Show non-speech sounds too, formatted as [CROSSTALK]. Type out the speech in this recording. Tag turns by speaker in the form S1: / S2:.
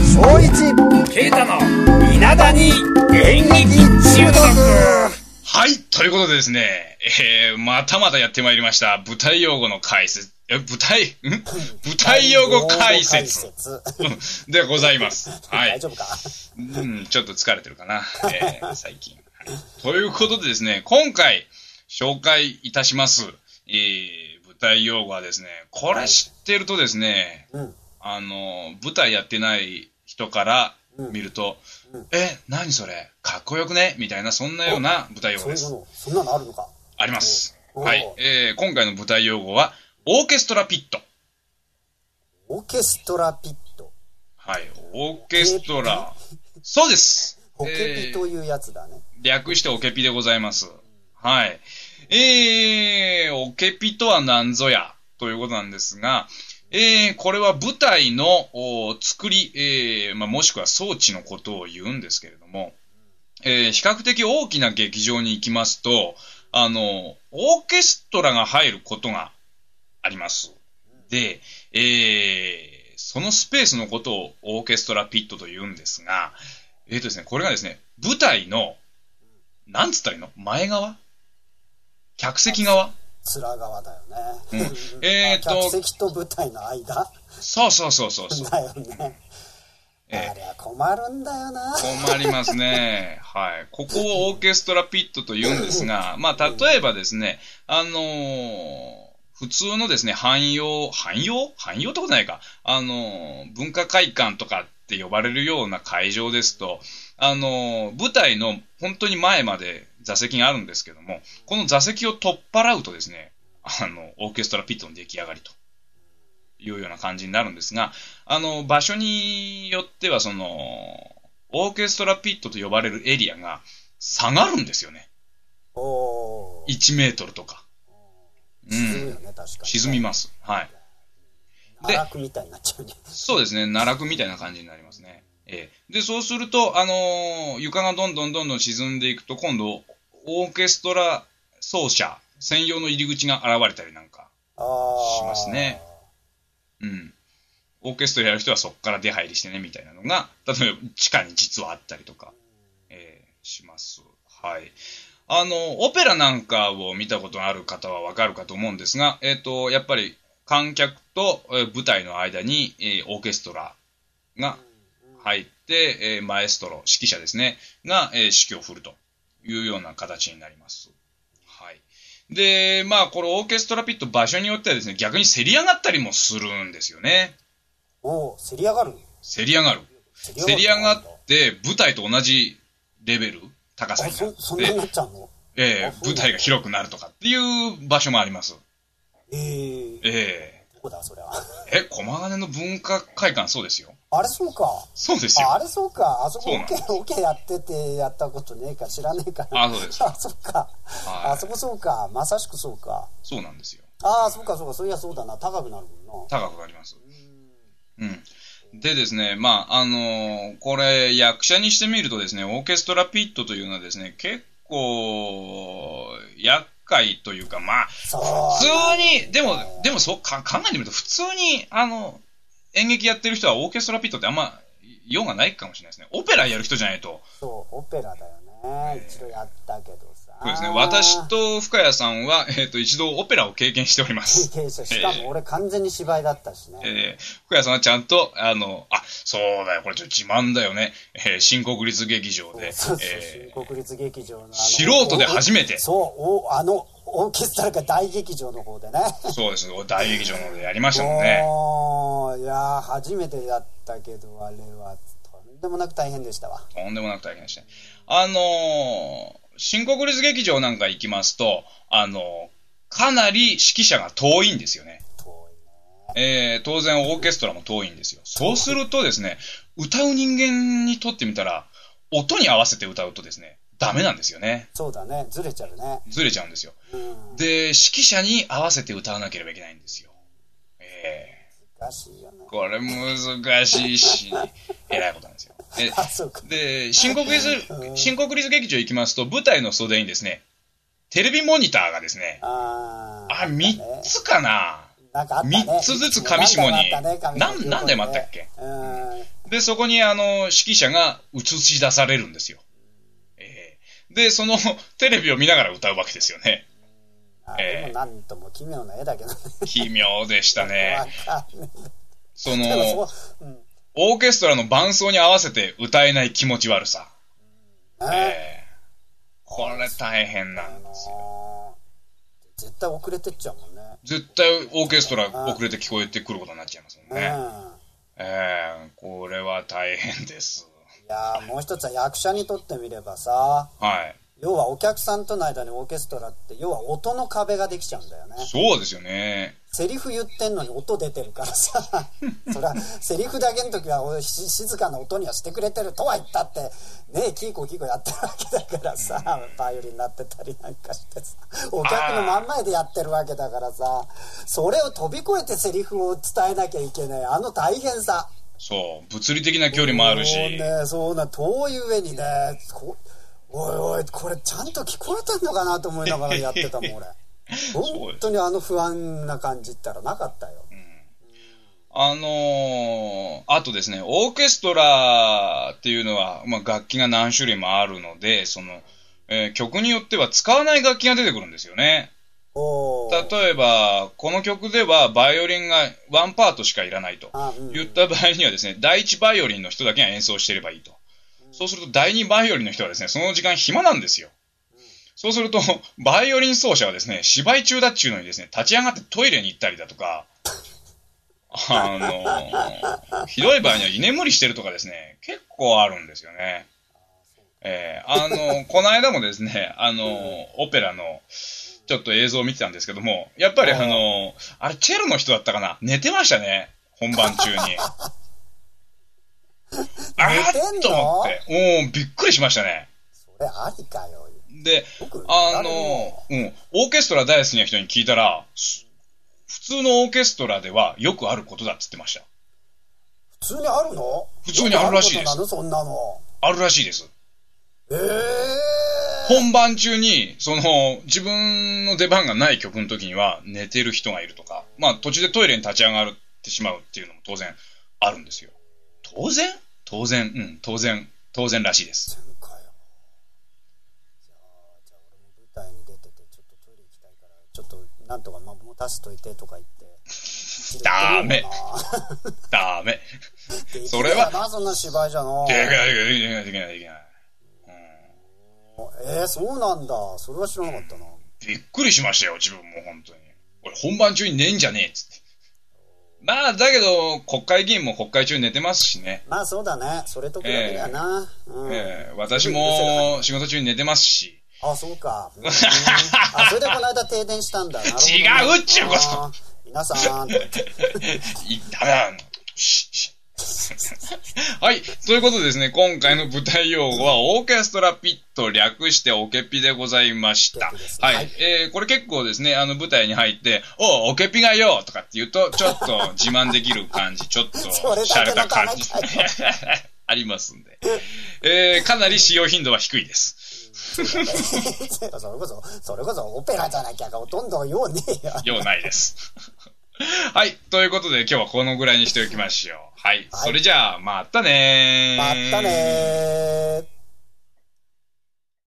S1: 吉
S2: ケイタの稲田に演劇中毒
S3: はい、ということでですね、えー、またまたやってまいりました、舞台用語の解説、え、舞台、ん舞台用語解説うんでございます。は
S1: 大
S3: い
S1: 丈。夫か
S3: うん、ちょっと疲れてるかな、えー、最近、はい。ということでですね、今回紹介いたします、えー、舞台用語はですね、これ知ってるとですね、
S1: うん
S3: あの、舞台やってない人から見ると、
S1: うんうん
S3: え、何それかっこよくねみたいな、そんなような舞台用語
S1: そう
S3: で
S1: いう
S3: す
S1: も。のそんなのあるのか
S3: あります。
S1: お
S3: はい
S1: お。
S3: えー今回の舞台用語は、オーケストラピット。
S1: オーケストラピット
S3: はい。オーケストラ。そうです。
S1: オケピというやつだね、
S3: えー略してオケピでございます。はい。えー、オケピとは何ぞや、ということなんですが、えー、これは舞台のお作り、えーまあ、もしくは装置のことを言うんですけれども、えー比較的大きな劇場に行きますと、あの、オーケストラが入ることがあります。で、えーそのスペースのことをオーケストラピットと言うんですが、えーとですね、これがですね、舞台の、なんつったらいいの前側客席側
S1: 面側だよね、
S3: うんえーと
S1: [LAUGHS] あ客席と舞台の間
S3: そうそうそうそうそう。
S1: だよね、
S3: ええ
S1: あれは困るんだよな
S3: 困りますね。はい。ここをオーケストラピットと言うんですが、まあ、例えばですね、あのー普通のですね、汎用、汎用汎用ってことないか。あのー文化会館とかって呼ばれるような会場ですと、あのー舞台の本当に前まで座席があるんですけども、この座席を取っ払うとですね、あの、オーケストラピットの出来上がりと。いうような感じになるんですが、あの、場所によっては、その、オーケストラピットと呼ばれるエリアが下がるんですよね。
S1: おー
S3: 1メートルとか。う
S1: 沈むよ
S3: ん。
S1: ね確かに
S3: 沈みます。はい。
S1: 奈落みたいになっちゃうね
S3: そうですね。奈落みたいな感じになりますね。ええ。で、そうすると、あのー床がどんどんどんどん沈んでいくと、今度、オーケストラ奏者専用の入り口が現れたりなんか。
S1: あー
S3: しますねうん。オーケストラやる人はそこから出入りしてね、みたいなのが、例えば地下に実はあったりとか、えーします。はい。あの、オペラなんかを見たことがある方はわかるかと思うんですが、えっ、と、やっぱり観客とえー舞台の間に、えーオーケストラが入って、えーマエストロ、指揮者ですね、が、えー指揮を振るというような形になります。はい。で、まあ、これオーケストラピット場所によってはですね、逆にせり上がったりもするんですよね。
S1: おおせり上がる
S3: せり上がる。
S1: せ
S3: せり上がって、舞台と同じレベル、高さ
S1: あ
S3: にな
S1: そそんな
S3: っ
S1: に
S3: て、
S1: なっちゃうの
S3: え
S1: あ
S3: ー
S1: そう
S3: 舞台が広くなるとかっていう場所もあります。
S1: えー、
S3: え
S1: どこだそれは
S3: ー、え、駒ヶ根の文化会館そうですよ。
S1: あれそうか
S3: そうですよ
S1: あ。あれそうかあそこ
S3: そうなんです
S1: OK, OK やっててやったことねえか知らねえから
S3: あそうで
S1: [LAUGHS]
S3: す
S1: あそっか
S3: はい
S1: あそこそうかまさしくそうか
S3: そうなんですよ。
S1: ああそうかそうかそりゃそうだな高くなるもんな
S3: 高くなります。うん。でですね、まあ、あのーこれ、役者にしてみるとですね、オーケストラピットというのはですね、結構、厄介というか、まあ、
S1: そう
S3: 普通に、でも、でもそうか考えてみると、普通に、あの、演劇やってる人はオーケストラピットってあんま、用がないかもしれないですね。オペラやる人じゃないと。
S1: そうオペラだよね一度やったけどさ
S3: そうですね。私と深谷さんは、えっ、と、一度オペラを経験しておりま
S1: 経
S3: す。
S1: 験者しかも俺完全に芝居だったしね、
S3: えー、深谷さんはちゃんと、あの、あ、そうだよ、これちょっと自慢だよね。えー、新国立劇場で、
S1: そうそう
S3: えー
S1: 新国立劇場のあの
S3: 素人で初めて
S1: そうおあのオーケストラが大劇場の方でね
S3: そうです、大劇場の方でやりましたもんね。
S1: もういやー初めてだったけどあれはとんでもなく大変でしたわ
S3: とんでもなく大変でした。あのー新国立劇場なんか行きますと、あのーかなり指揮者が遠いんですよね。
S1: 遠いね
S3: えー、当然オーケストラも遠いんですよ。そうするとですね、歌う人間にとってみたら、音に合わせて歌うとですね、ダメなんですよね。
S1: そうだねずれちゃうね
S3: ずれちゃうんですよ。
S1: うん
S3: で、指揮者に合わせて歌わなければいけないんですよ。え
S1: 難しいよ
S3: [LAUGHS]
S1: ね
S3: ー、これ難しいし、 [LAUGHS] えらいことなんですよ。え
S1: あそうか
S3: で、新国立、新国立劇場行きますと、舞台の袖にですね、テレビモニターがですね、
S1: あー
S3: あ、3つかな
S1: なんかあったね
S3: 三つずつ紙下に
S1: なんかあったね紙下に
S3: なんなんでもあったっけ
S1: うん
S3: で、そこにあの、指揮者が映し出されるんですよ。えーで、そのテレビを見ながら歌うわけですよね。
S1: あ
S3: ええ
S1: でもなんとも奇妙な絵だけどね。
S3: 奇妙でしたね
S1: [LAUGHS] わ。かんない
S3: そ
S1: でも [LAUGHS]
S3: の、
S1: そう、うん。
S3: オーケストラの伴奏に合わせて歌えない気持ち悪さ。
S1: ね
S3: えーこれ大変なんですよ。
S1: あー絶対遅れてっちゃうもんね。
S3: 絶対オーケストラ遅れて聞こえてくることになっちゃいますもん
S1: うん。い
S3: ね。えーこれは大変です。
S1: やーもう一つは役者にとってみればさ、
S3: はい。
S1: 要はお客さんとの間にオーケストラって、要は音の壁ができちゃうんだよね。
S3: そうですよね。
S1: セリフ言ってんのに音出てるからさ [LAUGHS] そりゃセリフだけの時はおいし静かな音にはしてくれてるとは言ったってねえキーコキーコやってるわけだからさバイオリン鳴ってたりなんかしてさお客の真ん前でやってるわけだからさそれを飛び越えてセリフを伝えなきゃいけないあの大変さ
S3: そう。物理的な距離もあるし。
S1: もうねそうな遠い上にねこおいおいこれちゃんと聞こえてんのかなと思いながらやってた
S3: [LAUGHS]
S1: もん俺本当にあの不安な感じったらなかったよ
S3: あのーあとですね、オーケストラっていうのは、まあ、楽器が何種類もあるので、その、えー曲によっては使わない楽器が出てくるんですよね。
S1: おー
S3: 例えば、この曲ではバイオリンがワンパートしかいらないと
S1: あうん
S3: 言った場合にはですね、第1バイオリンの人だけが演奏してればいいと。そうすると第2バイオリンの人はですね、その時間暇なんですよ。そうすると、バイオリン奏者はですね、芝居中だっちゅうのにですね、立ち上がってトイレに行ったりだとか、あのーひどい場合には居眠りしてるとかですね、結構あるんですよね。えーあの [LAUGHS] ーこの間もですね、あのーオペラの、ちょっと映像を見てたんですけども、やっぱりあのーあれ、チェロの人だったかな寝てましたね、本
S1: [LAUGHS]
S3: 番中に。あーっと思って、うん、びっくりしましたね。
S1: それありかよ。
S3: で、
S1: 僕
S3: あ
S1: 誰も
S3: の、うん、オーケストラ大好きな人に聞いたら、す普通のオーケストラではよくあることだって言ってました。
S1: 普通にあるの
S3: 普通にあるらしいです
S1: よくあることなのそんなの。
S3: あるらしいです。
S1: ええ
S3: 本番中に、その、自分の出番がない曲の時には寝てる人がいるとか、まあ途中でトイレに立ち上がってしまうっていうのも当然あるんですよ。当然当然、うん、当然、当然らしいです。
S1: ー。かよ。じゃあ、じゃあ俺も舞台に出てて、ちょっとトイレ行きたいから、ちょっとなんとかまあ持たしといてとか言って。
S3: [LAUGHS] ダメ
S1: で
S3: ダメ。
S1: きるのかな。
S3: それは
S1: できねえな、そんな芝居じゃな。
S3: できない、できない、できない、できない。
S1: えー、そうなんだ。それは知らなかったな。
S3: びっくりしましたよ、自分も本当に。俺本番中に寝んじゃねえっつって。まあ、だけど、国会議員も国会中に寝てますしね。
S1: まあそうだね。それと比べりゃな。うん。
S3: ええ私も仕事中に寝てますし。
S1: あ、そう
S3: [LAUGHS]
S1: か。うんあ、それでこの間停電したんだ。なるほどね
S3: 違うっちゅうこと
S1: あー皆さん、とか言って
S3: いったら、ししはい。ということでですね、今回の舞台用語は、オーケストラピット略してオケピでございました
S1: オケピで。すね
S3: はい。
S1: はい
S3: えーこれ結構ですね、あの舞台に入って、おうオケピがよとかって言うと、ちょっと自慢できる感
S1: [LAUGHS]
S3: じ、ちょっと、
S1: それ
S3: し
S1: だ
S3: ゃれ
S1: け
S3: た
S1: の
S3: 感じ
S1: 戦い。
S3: [LAUGHS] ありますんで。えーかなり使用頻度は低いです。
S1: それこそ、それこそオペラじゃなきゃほとんどようねえよ。
S3: ようないです。はい。ということで、今日はこのぐらいにしておきましょう。はい。それじゃあ、またねー
S1: まったねー。